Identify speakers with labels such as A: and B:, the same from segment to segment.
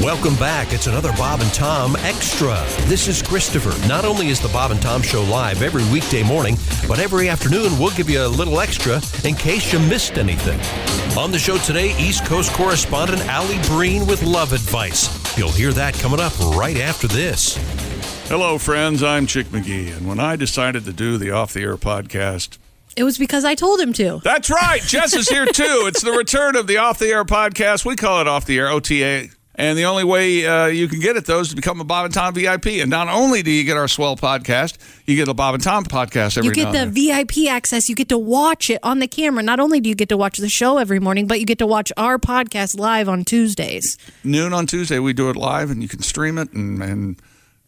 A: Welcome back. It's another Bob and Tom Extra. This is Christopher. Not only is the Bob and Tom Show live every weekday morning, but every afternoon we'll give you a little extra in case you missed anything. On the show today, East Coast correspondent Allie Breen with love advice. You'll hear that coming up right after this.
B: Hello, friends. I'm Chick McGee. And when I decided to do the Off the Air podcast,
C: It was because I told him to.
B: that's right. Jess is here too. It's the return of the Off the Air podcast. We call it Off the Air OTA. And the only way uh, you can get it, though, is to become a Bob and Tom VIP. And not only do you get our swell podcast, you get a Bob and Tom podcast every
C: You get
B: now
C: the
B: and then.
C: VIP access. You get to watch it on the camera. Not only do you get to watch the show every morning, but you get to watch our podcast live on Tuesdays.
B: Noon on Tuesday, we do it live, and you can stream it and, and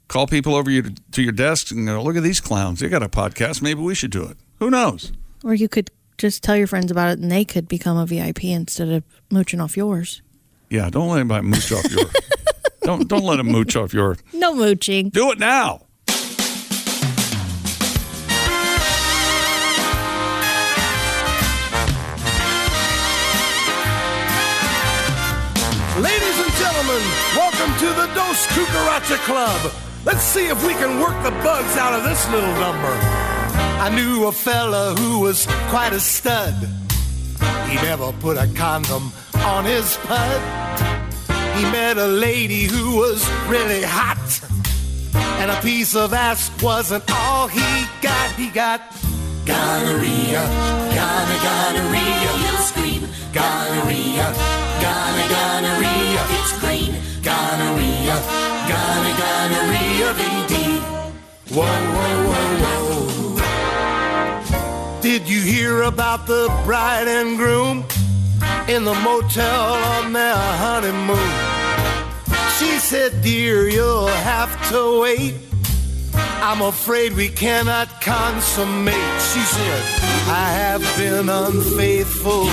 B: call people over you to, to your desk and go, look at these clowns. They got a podcast. Maybe we should do it. Who knows?
C: Or you could just tell your friends about it and they could become a VIP instead of mooching off yours.
B: Yeah, don't let anybody mooch off your. Don't don't let them mooch off your.
C: No mooching.
B: Do it now.
D: Ladies and gentlemen, welcome to the Dos Cucaracha Club. Let's see if we can work the bugs out of this little number. I knew a fella who was quite a stud. He never put a condom on his pud. He met a lady who was really hot. And a piece of ass wasn't all he got. He got gonorrhea, gonorrhea, gonorrhea. He'll scream gonorrhea, gonorrhea, gonorrhea. It's green gonorrhea, gonorrhea, gonorrhea. Indeed. Whoa, whoa, whoa, whoa. Did you hear about the bride and groom in the motel on their honeymoon? She said, "Dear, you'll have to wait." I'm afraid we cannot consummate. She said, I have been unfaithful.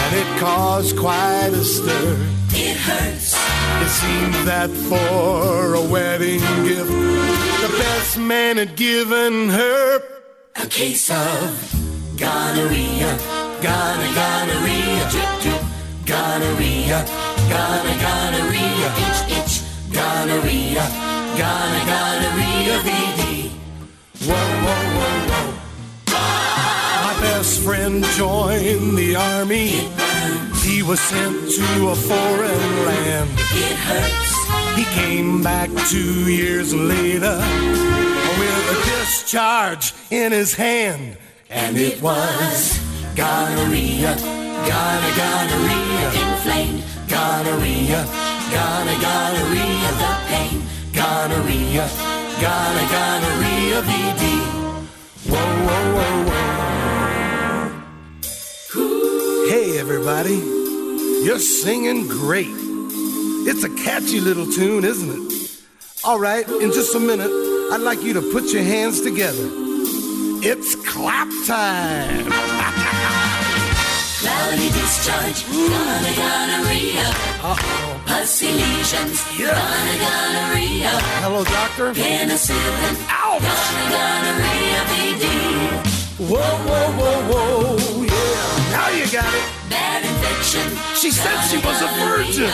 D: And it caused quite a stir. It hurts. It seemed that for a wedding gift, the best man had given her a case of gonorrhea, gonorrhea, gonorrhea, drip, drip, gonorrhea, gonorrhea, gonorrhea, itch, itch, gonorrhea, gonorrhea, gonorrhea, VD. Whoa, whoa, whoa, whoa. My best friend joined the army. He was sent to a foreign land. It hurts. He came back two years later with a discharge in his hand. And it was gonorrhea, gonorrhea, gonorrhea, inflamed gonorrhea, gonorrhea, gonorrhea, the pain, gonorrhea, gonorrhea, gonorrhea, VD. Whoa, whoa, whoa, whoa. Hey, everybody. You're singing great. It's a catchy little tune, isn't it? All right, in just a minute, I'd like you to put your hands together. It's clap time.
E: Cloudy discharge, gonna gonorrhea. Pussy lesions, gonna gonorrhea.
D: Hello, doctor.
E: Penicillin,
D: Ouch.
E: gonna gonorrhea. BD,
D: Whoa, whoa, whoa, whoa. Yeah, now you got it.
E: bad infection.
D: She said she was a virgin.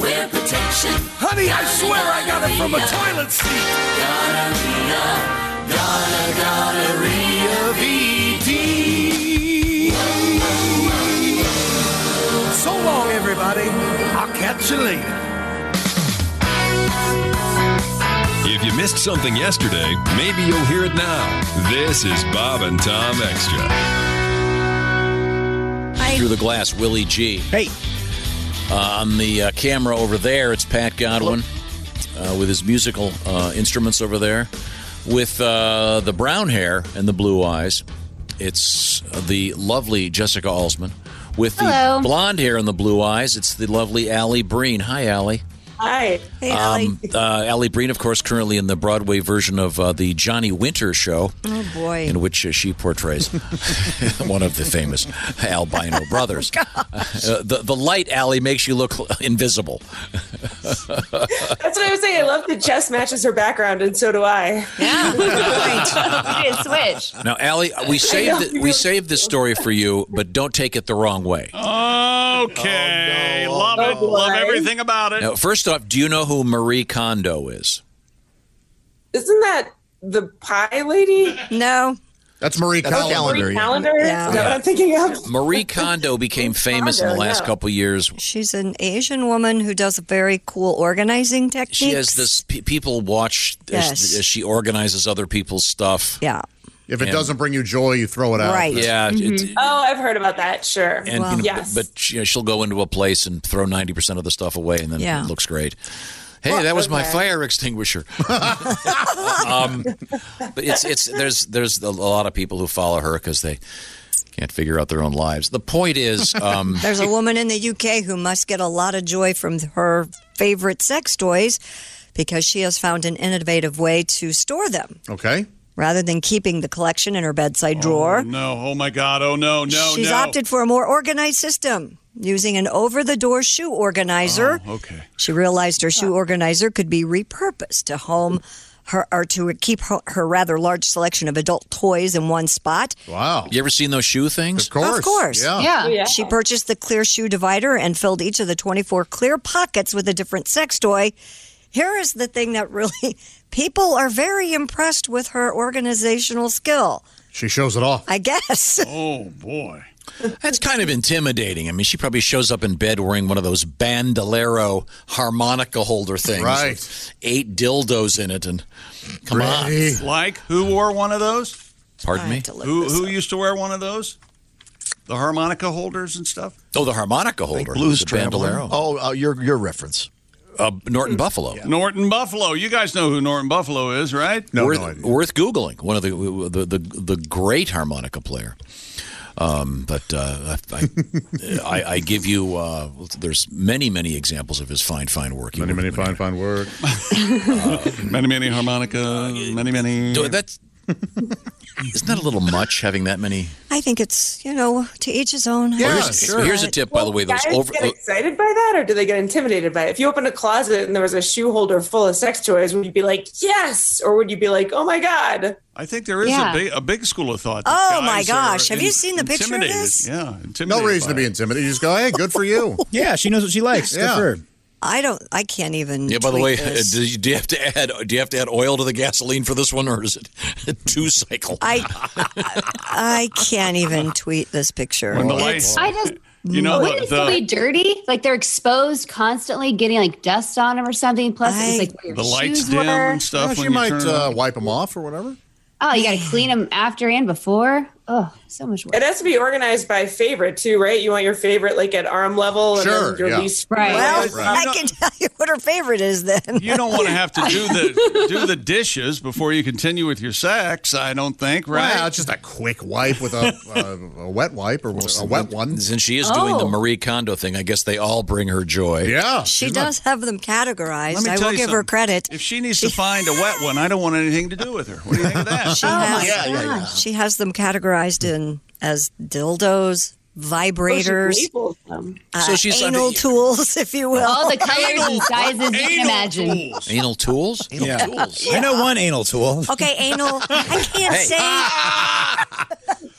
E: Wear protection,
D: Honey, I swear I got it from a toilet seat.
E: gonorrhea.
D: Gotta, gotta, So long, everybody. I'll catch you later.
F: If you missed something yesterday, maybe you'll hear it now. This is Bob and Tom Extra.
G: Through the glass, Willie G.
H: Hey,
G: On the uh, camera over there, it's Pat Godwin uh, with his musical uh, instruments over there. With uh, the brown hair and the blue eyes, it's the lovely Jessica Alsman. With the
I: Hello.
G: blonde hair and the blue eyes, it's the lovely Allie Breen. Hi, Allie.
I: Hi. Hey, Allie.
G: Uh, Allie Breen, of course, currently in the Broadway version of uh, the Johnny Winter show.
I: oh boy.
G: in which uh, she portrays one of the famous albino brothers. Uh, the, the light alley makes you look invisible.
J: That's what I was saying. I love that Jess matches her background, and so do I.
I: Yeah. Good switch.
G: Now, Allie, we saved we saved this story for you, but don't take it the wrong way.
B: Oh, Okay. Love it.
J: Oh, boy.
B: Love everything about it.
G: Now, first off, do you know who Marie Kondo is?
J: Isn't that the pie lady?
I: No.
H: That's Marie Callender.
J: Free
H: yeah.
J: calendar?
I: Yeah.
J: Is that what I'm thinking of?
G: Marie Kondo became famous in the
J: Kondo,
G: last
J: yeah.
G: couple years.
I: She's an Asian woman who does very cool organizing techniques.
G: She has this. Pe- people watch as-
I: Yes.
G: as, she organizes other people's stuff.
I: Yeah.
H: If it
G: Yeah.
H: doesn't bring you joy, you throw it out.
I: Right.
G: Yeah, it-
J: Oh, I've heard about that. Sure.
G: and you know, but-
J: yes.
G: but, she- you know, she'll go into a place and throw ninety percent of the stuff away, and then
I: Yeah.
G: it looks great. Hey, that was my fire extinguisher. um, but it's it's there's there's a lot of people who follow her because they can't figure out their own lives. The point is, um,
I: There's a woman in the UK who must get a lot of joy from her favorite sex toys because she has found an innovative way to store them
H: Okay.
I: rather than keeping the collection in her bedside drawer.
B: no. Oh my God. Oh no. No.
I: She's
B: no.
I: opted for a more organized system using an over the door shoe organizer.
B: Okay.
I: She realized her shoe organizer could be repurposed to home her or to keep her, her rather large selection of adult toys in one spot.
H: Wow.
G: you ever seen those shoe things?
H: Of course.
I: course.
H: Yeah.
J: Oh, yeah.
I: She purchased the clear shoe divider and filled each of the 24 clear pockets with a different sex toy. Here is the thing that really people are very impressed with her organizational skill,
H: She shows it off.
I: I guess.
B: Oh boy.
G: That's kind of intimidating. I mean, she probably shows up in bed wearing one of those bandolero harmonica holder things.
H: Right.
G: with Eight dildos in it. And come on.
H: Really?
B: Like who wore one of those?
G: Pardon me?
B: Who who used to wear one of those? The harmonica holders and stuff.
G: Oh, the harmonica holder. the bandolero.
K: Oh, uh, your your reference.
G: Uh, Norton Buffalo.
B: Norton Buffalo. You guys know who Norton Buffalo is, right?
H: No,
G: worth,
H: no idea.
G: worth Googling. One of the the, the, the great harmonica player. Um, but uh, I, I, I give you, uh, there's many, many examples of his fine, fine work. He
H: Many,
G: worked
H: many
G: with
H: fine, fine work.
B: Many many harmonica. Many many.
G: Do- That's, isn't that a little much having that many?
I: I think it's, you know, to each his own.
H: Yeah,
I: It's
H: sure.
G: Here's a tip, by the way.
J: Guys
G: Those over, uh,
J: get excited by that, or do they get intimidated by it? If you opened a closet and there was a shoe holder full of sex toys, would you be like, "Yes," or would you be like, "Oh my god"?
B: I think there is
L: Yeah.
B: a big a big school of thought. that
I: Oh, my
B: guys are
I: gosh. Have you seen the picture of
B: intimidated.
I: this?
B: Yeah,
H: No
B: intimidated
H: reason
B: by
H: to be
B: it.
H: intimidated. You just go, hey, good for you.
K: Yeah, she knows what she likes.
H: Yeah.
K: Good for her.
I: I don't, I can't even.
G: Yeah. By the
I: tweet
G: way, uh,
I: this.
G: do you, do you have to add? Do you have to add oil to the gasoline for this one, or is it a two cycle?
I: I, I can't even tweet this picture.
B: When the
I: It's-
B: lights,
L: I just.
B: you know,
L: wouldn't it
B: the,
L: still be
B: the,
L: dirty? Like they're exposed constantly, getting like dust on them or something. Plus,
I: I-
L: it's like where your
B: the lights
L: shoes
B: dim
L: were.
B: and stuff.
H: Yeah,
B: when
H: she
B: you
H: might
B: turn it
H: uh,
B: on.
H: wipe them off or whatever.
L: Oh, you got to clean them after and before. Oh, so much work.
J: It has to be organized by favorite too, right? You want your favorite like at arm level, and
H: Sure,
J: then your
H: yeah.
J: least
L: Right.
I: well,
B: Right.
I: I can tell you what her favorite is then.
B: you don't want to have to do the do the dishes before you continue with your sex. I don't think, right?
H: Well, it's just a quick wipe with a, a, a wet wipe or a wet one.
G: Since she is doing the
L: Oh.
G: Marie Kondo thing, I guess they all bring her joy.
H: Yeah.
I: She
H: she's
I: does have them
B: Let
I: categorized.
B: me
I: I
B: tell
I: will
B: you
I: give her
B: something.
I: credit.
B: If she needs to find a wet one, I don't want anything to do with her. What do you think of that? Oh,
I: She has, she has them categorized in as dildos,
G: Oh,
I: vibrators,
J: labels them.
G: So she's
I: Uh, anal tools, if you will.
L: All the colors and sizes you can imagine.
G: anal tools. Anal
K: Yeah.
G: tools.
K: I know one anal tool.
I: okay, anal. I can't say. uh,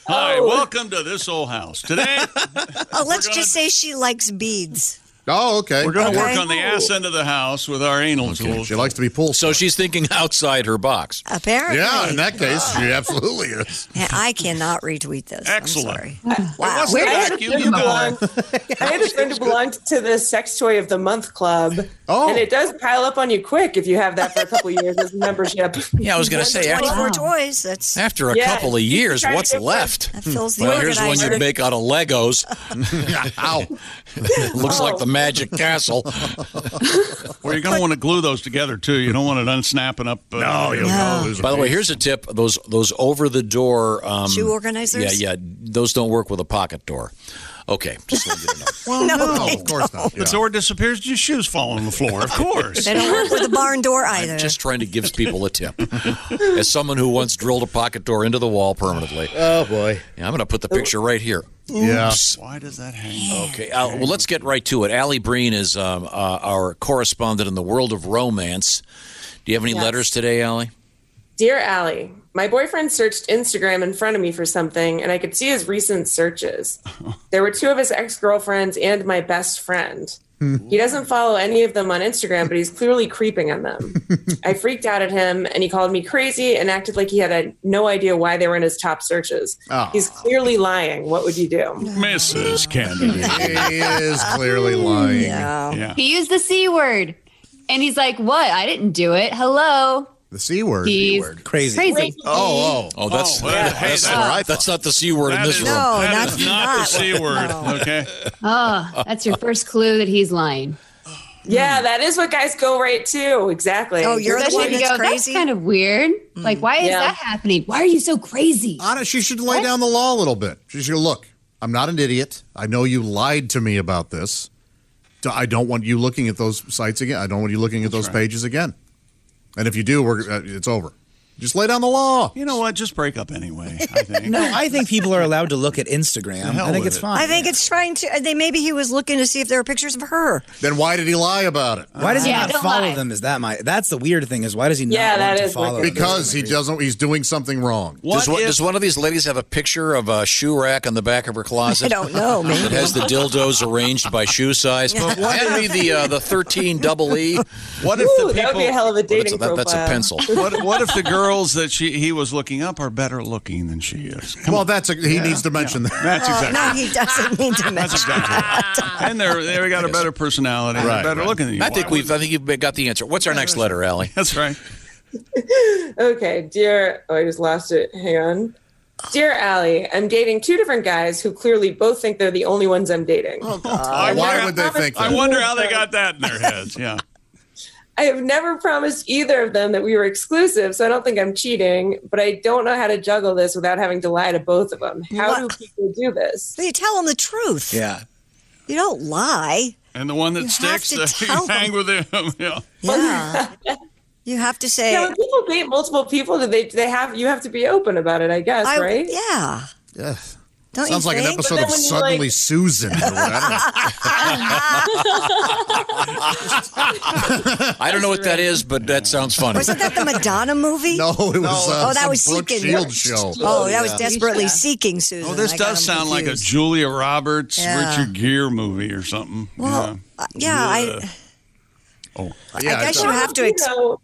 B: Hi, welcome to this old house. Today
I: oh, let's just say she likes beads.
H: Oh, okay.
B: we're going to
I: Okay.
B: work on the ass end of the house with our anal tools.
H: She likes to be pool.
G: So she's thinking outside her box.
I: Apparently,
H: yeah, in that case, she absolutely is.
I: And I cannot retweet this.
B: Excellent.
I: I'm sorry. Wow.
J: I had a
B: Back you,
J: friend
B: you
J: who
B: guy.
J: belonged- I had a friend who belonged to the Sex Toy of the Month Club.
H: Oh.
J: And it does pile up on you quick if you have that for a couple years as a membership.
G: Yeah, I was going to say after,
I: 24 toys. That's
G: after a
J: Yeah.
G: couple of years,
J: Try to
G: what's
J: get one.
G: left?
I: that fills the
G: Well, here's one
I: organizer.
G: you'd make out of Legos.
H: Ow.
G: Looks like the Magic Castle.
B: Well, you're going to want to glue those together too. You don't want it unsnapping up. Uh,
H: No, you
I: No.
H: no.
G: By the way, here's a tip: those those over the door um,
I: Shoe organizers?
G: Yeah, yeah, those don't work with a pocket door. Okay, just wanted you to know.
H: well, no,
G: Oh,
H: of course not.
B: the door disappears, your shoes fall on the floor. Of course.
I: They don't work with the barn door either.
G: just trying to give people a tip. As someone who once drilled a pocket door into the wall permanently,
K: Oh boy.
G: yeah, I'm going to put the picture right here.
H: Yeah.
B: Why does that hang?
G: Okay, uh, well, let's get right to it. Allie Breen is um, uh, our correspondent in the world of romance. Do you have any letters today, Allie?
J: Dear Allie, my boyfriend searched Instagram in front of me for something, and I could see his recent searches. There were two of his ex girlfriends and my best friend. He doesn't follow any of them on Instagram, but he's clearly creeping on them. I freaked out at him, and he called me crazy and acted like he had a, no idea why they were in his top searches.
B: Oh.
J: He's clearly lying. What would you do?
B: Mrs. Kennedy.
H: he is clearly lying.
B: Yeah.
L: He used the C word. And he's like, what? I didn't do it. Hello.
H: The C word.
L: He's
K: Crazy.
L: Crazy.
H: Oh,
G: Oh, that's
B: Oh, well, hey,
G: that's,
B: that-
G: not, that's not the c word in
B: That
G: this
B: is-
G: room.
I: No,
B: That
I: that's
B: is not the
I: not.
B: C word. Okay.
L: Oh, that's your first clue that he's lying.
J: Yeah, that is what guys go right to. Exactly.
I: Oh, you're the
L: Especially
I: one
L: if you
I: that's
L: go,
I: crazy. Mm.
L: kind of weird. Like, why is
J: Yeah.
L: that happening? Why are you so crazy?
H: Anna, she should lay down the law a little bit. She should look. I'm not an idiot. I know you lied to me about this. D- I don't want you looking at those sites again. I don't want you looking at those pages again. And if you do, we're uh, it's over. Just lay down the law.
B: You know what? Just break up anyway. I think.
K: No, I think people are allowed to look at Instagram.
B: hell
K: I think
B: with
K: it's
B: it.
K: fine.
I: I think it's trying to. uh, They maybe he was looking to see if there were pictures of her.
H: Then why did he lie about it?
K: why does he
L: Yeah,
K: not
L: don't
K: follow
L: lie.
K: them? Is that my? That's the weird thing. Is why does he not
J: Yeah,
K: want
J: that
K: to
J: is
K: follow?
J: wicked.
K: them?
H: Because he doesn't. He's doing something wrong.
G: Does,
B: What
G: one,
B: if-
G: does one of these ladies have a picture of a shoe rack on the back of her closet?
I: I don't know,
G: It
I: maybe.
G: has the dildos arranged by shoe size. Hand me the uh, the thirteen double E.
B: What if the
J: Ooh,
B: people?
J: that would be a hell of a
G: That's a,
J: dating
G: that-
J: profile.
G: that's a pencil.
B: what, what if the girls that she he was looking up are better looking than she is? Come
H: well, that's a, he needs to mention
B: on.
H: that.
B: That's
I: Oh,
B: exactly.
I: no, he doesn't need to
B: That's
I: mention.
B: exactly. right. and they're they got a better personality, and
H: Right,
B: better
H: right.
B: looking than you.
G: I think
B: Why
G: we've. I think you've got the answer. What's our next letter, Allie?
B: would- That's right.
J: Okay, dear. Oh, I just lost it. Hang on. Dear Allie, I'm dating two different guys who clearly both think they're the only ones I'm dating.
I: Oh,
H: Uh, Why would they think
B: I
H: that?
B: wonder how they got that in their heads. Yeah.
J: I have never promised either of them that we were exclusive, so I don't think I'm cheating, but I don't know how to juggle this without having to lie to both of them. How
I: What?
J: do people do this?
I: So you tell him the truth.
K: Yeah.
I: You don't lie.
B: And the one that
I: You have
B: sticks,
I: to
B: the,
I: tell
B: you hang with them. Yeah.
I: Yeah. you have to say.
J: Yeah, when people date multiple people, do they do they have you have to be open about it, I guess,
I: I,
J: right?
I: Yeah.
H: Yeah.
I: Don't
H: Sounds
I: you
H: like an
I: think?
H: episode
J: then
H: of
J: when you,
H: Suddenly
J: like-
H: Susan. or whatever. I
I: Oh,
G: I don't know what that is, but that sounds funny.
I: Wasn't that the Madonna movie?
H: don't know. No, it was. Uh,
I: Oh, that
H: some
I: was
H: Brooke
I: Seeking.
H: Shield show.
I: Oh, that was
J: yeah.
I: desperately
J: Yeah.
I: seeking Susan.
B: Oh, this
I: I got
B: does
I: them
B: sound like a
I: confused.
B: Julia Roberts,
I: Yeah.
B: Richard Gere movie or something.
I: Well, uh, yeah, I-
B: Oh,
H: Yeah,
I: I guess
H: it
I: you
H: does.
I: have to.
J: You
I: Ex-
J: know,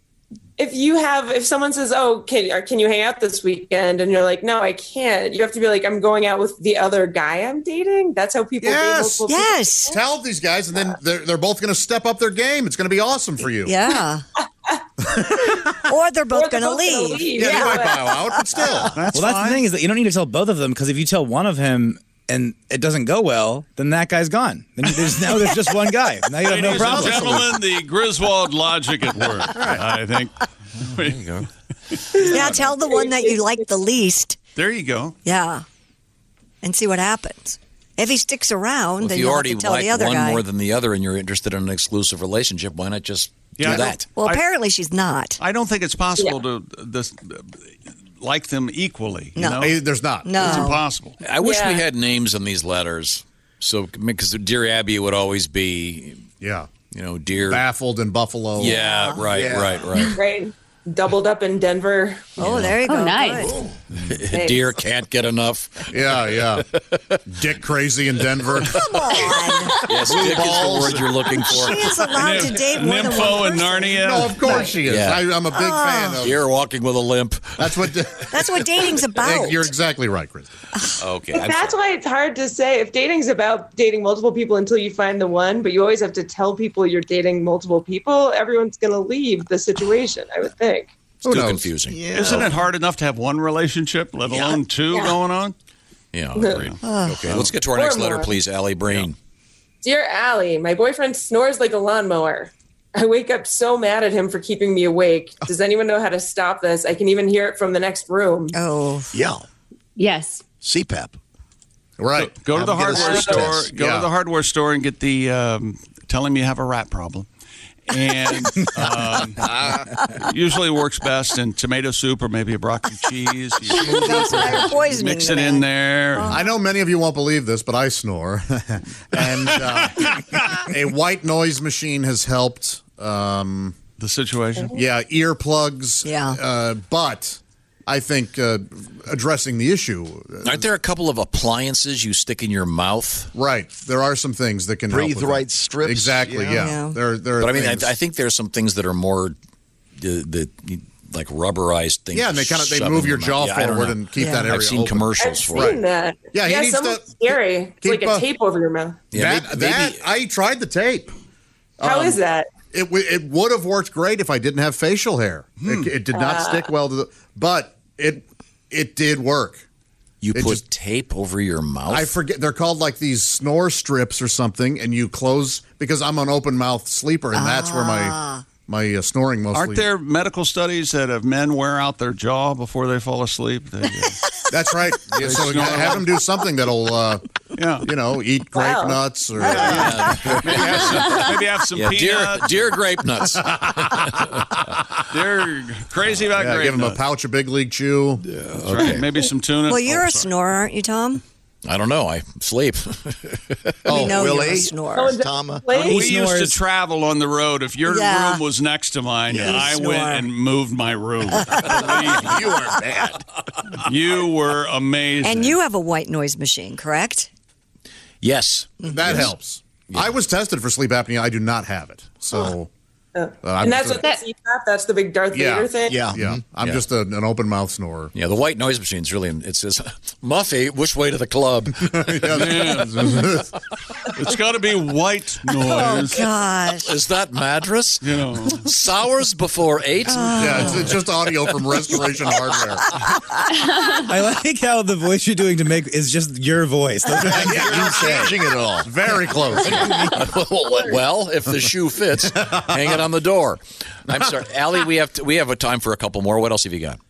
J: if you have if someone says, "Oh, can or can you hang out this weekend?" and you're like, "No, I can't," you have to be like, "I'm going out with the other guy I'm dating." That's how people
H: Yes.
J: date multiple people.
I: yes.
H: Tell these guys, and then they're, they're both going to step up their game. It's going to be awesome for you.
I: Yeah. or they're both
J: Or they're both
I: going to
J: gonna
I: leave.
H: Yeah, they might
J: but-
H: bow out, but still.
K: well, that's the thing is that you don't need to tell both of them because if you tell one of him and it doesn't go well, then that guy's gone. Then there's now there's just one guy. Now you have no
B: Ladies and
K: problem.
B: gentlemen, the Griswold logic at work. I think. There you go.
I: Yeah, tell the one that you like the least.
B: There you go.
I: Yeah. And see what happens. If he sticks around,
G: Well, if
I: then
G: you
I: will
G: already
I: have to tell
G: like
I: the other
G: one
I: guy.
G: more than the other, and you're interested in an exclusive relationship, why not just
B: Yeah.
G: do that?
I: well,
B: I-
I: apparently she's not.
B: I don't think it's possible to uh, this, uh, like them equally. You
I: No.
B: know?
H: Hey, there's not.
I: No.
B: It's impossible.
G: I wish we
J: Yeah.
G: had names on these letters. So, because dear Abby would always be,
H: Yeah.
G: you know, dear.
H: Baffled in Buffalo.
G: Yeah, right,
H: Yeah.
G: right, right.
J: Right. Doubled up in Denver.
I: Oh, there you go.
L: Oh, nice.
I: Good.
G: dear can't get enough.
H: Yeah, yeah. Dick crazy in Denver.
I: Come on.
G: Yes, dick
H: balls.
G: is the word you're looking for.
I: she is allowed to date more than
B: Nympho
I: one
B: and
I: person. Ah,
B: Narnia.
H: no, of course she is.
G: Yeah.
H: I, I'm a big fan of.
G: Dear walking with a limp.
H: That's what.
I: That's what dating's about.
H: You're exactly right, Chris.
G: Okay.
J: But
G: I'm
J: that's
G: sorry.
J: why it's hard to say if dating's about dating multiple people until you find the one, but you always have to tell people you're dating multiple people, everyone's going to leave the situation, I would think.
H: Who
G: Too
H: knows?
G: confusing. Yeah,
B: Isn't it hard enough to have one relationship, let alone two going on?
G: I agree. okay, let's get to our next letter,
J: more.
G: please, Allie Breen.
J: Dear Allie, my boyfriend snores like a lawnmower. I wake up so mad at him for keeping me awake. Does anyone know how to stop this? I can even hear it from the next room.
I: oh,
K: Yell.
L: Yes.
K: CPAP.
H: Right.
B: Go to the
H: Have get a
B: hardware
H: stress
B: store.
H: test.
B: Go
H: Yeah.
B: to the hardware store and get the. Um, tell him you have a rat problem. And um, usually works best in tomato soup or maybe a broccoli cheese. You
I: that's why you're poisoning
B: mix
I: the
B: it in
I: man.
B: there.
H: I know many of you won't believe this, but I snore, and uh, a white noise machine has helped. Um,
B: the situation.
D: Mm-hmm. Yeah, earplugs. Yeah. Uh, but I think uh, addressing the issue.
G: Aren't there a couple of appliances you stick in your mouth?
D: Right. There are some things that can help
G: Breathe
D: with
G: right
D: that.
G: strips,
D: Exactly.
G: yeah.
D: Yeah.
G: Yeah.
D: There. There. Are
G: but I mean, I,
D: things-
G: I think there's some things that are more uh, the, the like rubberized things.
D: Yeah, and they kinda- they
G: shove in
D: move
G: your
D: your jaw
G: mouth. Yeah, I don't
D: forward
G: know.
D: and keep
G: Yeah.
D: that area
G: I've seen
D: open.
G: commercials
J: I've
G: for
J: seen
G: it.
J: that.
D: Yeah, he needs
J: some
D: to
J: scary. It's like
D: keep
J: a
D: up.
J: tape over your mouth.
D: that, that I tried the tape.
J: How is that?
D: It w- it would have worked great if I didn't have facial hair. It, it did not
L: Uh,
J: Ah.
D: stick well to the, but it it did work.
G: You
D: it
G: put
D: just-
G: tape over your mouth.
D: I forget they're called like these snore strips or something, and you close because I'm an open mouth sleeper, and that's where my
I: Ah.
D: my uh, snoring mostly.
B: Aren't there medical studies that have men wear out their jaw before they fall asleep? They, uh,
D: That's right. Yeah, so
B: Snore.
D: have them do something that'll, uh, you know, eat grape
B: Wow.
D: nuts or
B: maybe have some, maybe have some
G: Yeah, deer-
B: peanuts.
G: deer grape nuts.
B: They're crazy about
D: yeah,
B: grape
D: give them a
B: nuts.
D: pouch of big league chew. Yeah,
G: okay.
B: Maybe some tuna. Oh,
I: Well,
D: Oh,
I: you're a snorer, aren't you, Tom?
G: I don't know. I sleep.
I: We know you're a
G: Willie.
I: snorer.
G: Oh, is it
I: Tom.
B: When we used to travel on the road, if your
I: Yeah.
B: room was next to mine,
I: Yeah.
B: I
I: Snore.
B: went and moved my room. Believe me, you were bad. You were amazing.
I: And you have a white noise machine, correct?
G: Yes,
D: that helps. I was tested for sleep apnea. I do not have it, so.
J: Uh,
D: uh, I'm
J: and that's
D: just
J: what
D: a-
J: that's, that's the big Darth
D: yeah,
J: Vader thing.
D: yeah, yeah. I'm
G: Yeah.
D: just a, an open mouth snorer.
G: Yeah, the white noise machine's really. It says, "Muffy, which way to the club?"
B: it's got to be white
I: Oh.
B: noise.
I: gosh.
G: Is that Madras?
B: You know,
G: sours before eight.
D: Yeah, it's, it's just audio from Restoration Hardware.
M: I like how the voice you're doing to make is just your voice. Those are things that you say.
G: changing it all.
D: Very close.
G: well, if the shoe fits, hang it on the door. I'm sorry, Allie. We have to, we have a time for a couple more. What else have you got?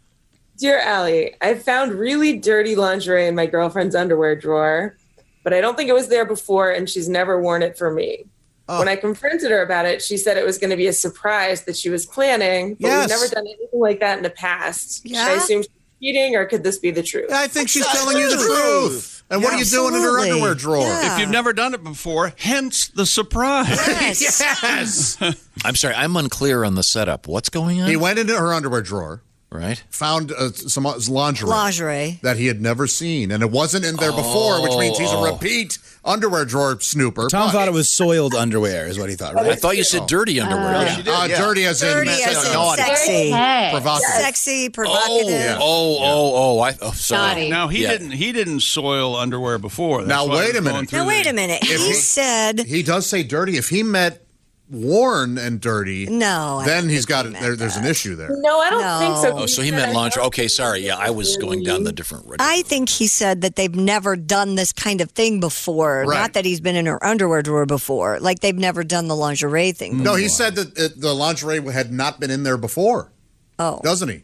J: Dear Allie, I found really dirty lingerie in my girlfriend's underwear drawer, but I don't think it was there before, and she's never worn it for me. When I confronted her about it, she said it was going to be a surprise that she was planning, but
D: Yes.
J: we've never done anything like that in the past. Should I
D: Yeah.
J: assume she's cheating, or could this be the truth?
D: I think she's telling you the truth. And what are you doing in her
J: Absolutely.
D: underwear drawer?
J: Yeah.
B: if you've never done it before, hence the surprise.
D: Yes.
G: I'm sorry, I'm unclear on the setup. What's going on?
D: He went into her underwear drawer,
G: right?
D: Found uh, some uh, lingerie,
I: Lingerie.
D: that he had never seen, and it wasn't in there before, which means he's a
G: Oh.
D: repeat underwear drawer snooper.
M: Tom thought it was soiled underwear, is what he thought. Right?
G: I thought you said dirty underwear.
D: did, Uh, yeah. dirty as in-
I: Dirty as in
G: Naughty.
I: sexy.
H: Hey.
D: Provocative.
I: Sexy,
G: Oh,
I: provocative.
G: oh, oh, oh! I oh, sorry.
H: Naughty.
B: Now he
G: Yeah.
B: didn't. He didn't soil underwear before. That's
D: Now,
B: why I
D: wait
B: was
D: a minute.
B: going through
I: Now, wait
B: the-
I: a minute. He,
D: If he-
I: said,
D: He does say dirty. If he met worn and dirty,
I: no. I
D: then
I: don't
D: he's
I: think
D: got
I: he
D: it.
I: meant
D: There, there's an
I: that.
D: issue there.
J: No, I don't
I: No.
J: think so.
G: Oh, so he meant lingerie. Okay, sorry. Yeah, I was going down the different. road.
I: I think he said that they've never done this kind of thing before.
D: Right.
I: Not that he's been in her underwear drawer before. Like they've never done the lingerie thing.
D: No, he said that uh the lingerie had not been in there before,
I: Oh.
D: doesn't he?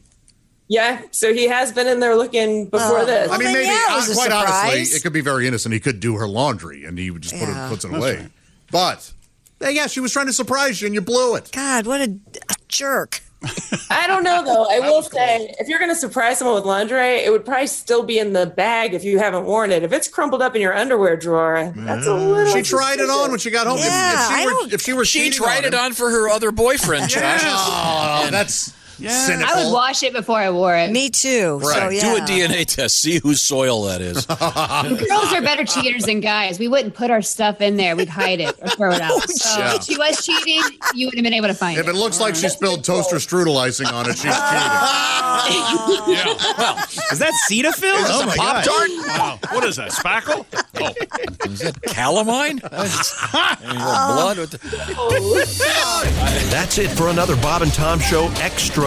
J: Yeah, so he has been in there looking before
I: Oh.
J: this.
I: Well,
D: I mean,
I: then,
D: maybe
I: yeah, it
D: uh,
I: was a
D: quite
I: surprise.
D: honestly, it could be very innocent. He could do her laundry, and he would just put
I: Yeah.
D: it, puts it away. But uh, yeah, yeah, she was trying to surprise you, and you blew it.
I: God, what a, a jerk.
J: I don't know though. I will say, if you're going to surprise someone with lingerie, it would probably still be in the bag if you haven't worn it. If it's crumpled up in your underwear drawer, that's a little.
D: She tried it on when she got home. If-
I: Yeah,
D: if,
I: I
D: she were,
I: don't-
D: if she were
G: She
D: cheating
G: tried
D: on
G: it
D: him-
G: on for her other boyfriend, Josh.
D: Oh,
G: And
D: that's cynical.
H: I would wash it before I wore it.
I: Me too. So,
D: Right.
I: yeah.
G: do a DNA test, see whose soil that is.
H: Girls are better cheaters than guys. We wouldn't put our stuff in there. We'd hide it or throw it out. So
D: yeah.
H: if she was cheating, you wouldn't have been able to find
D: if
H: it.
D: it looks like she spilled toaster strudel icing on it, she's cheating.
M: Is that Cetaphil? Oh my God.
G: Pop tart?
B: Wow, what is that? Spackle?
G: Is that calamine? That's- and your blood with the-
A: That's it for another Bob and Tom Show Extra.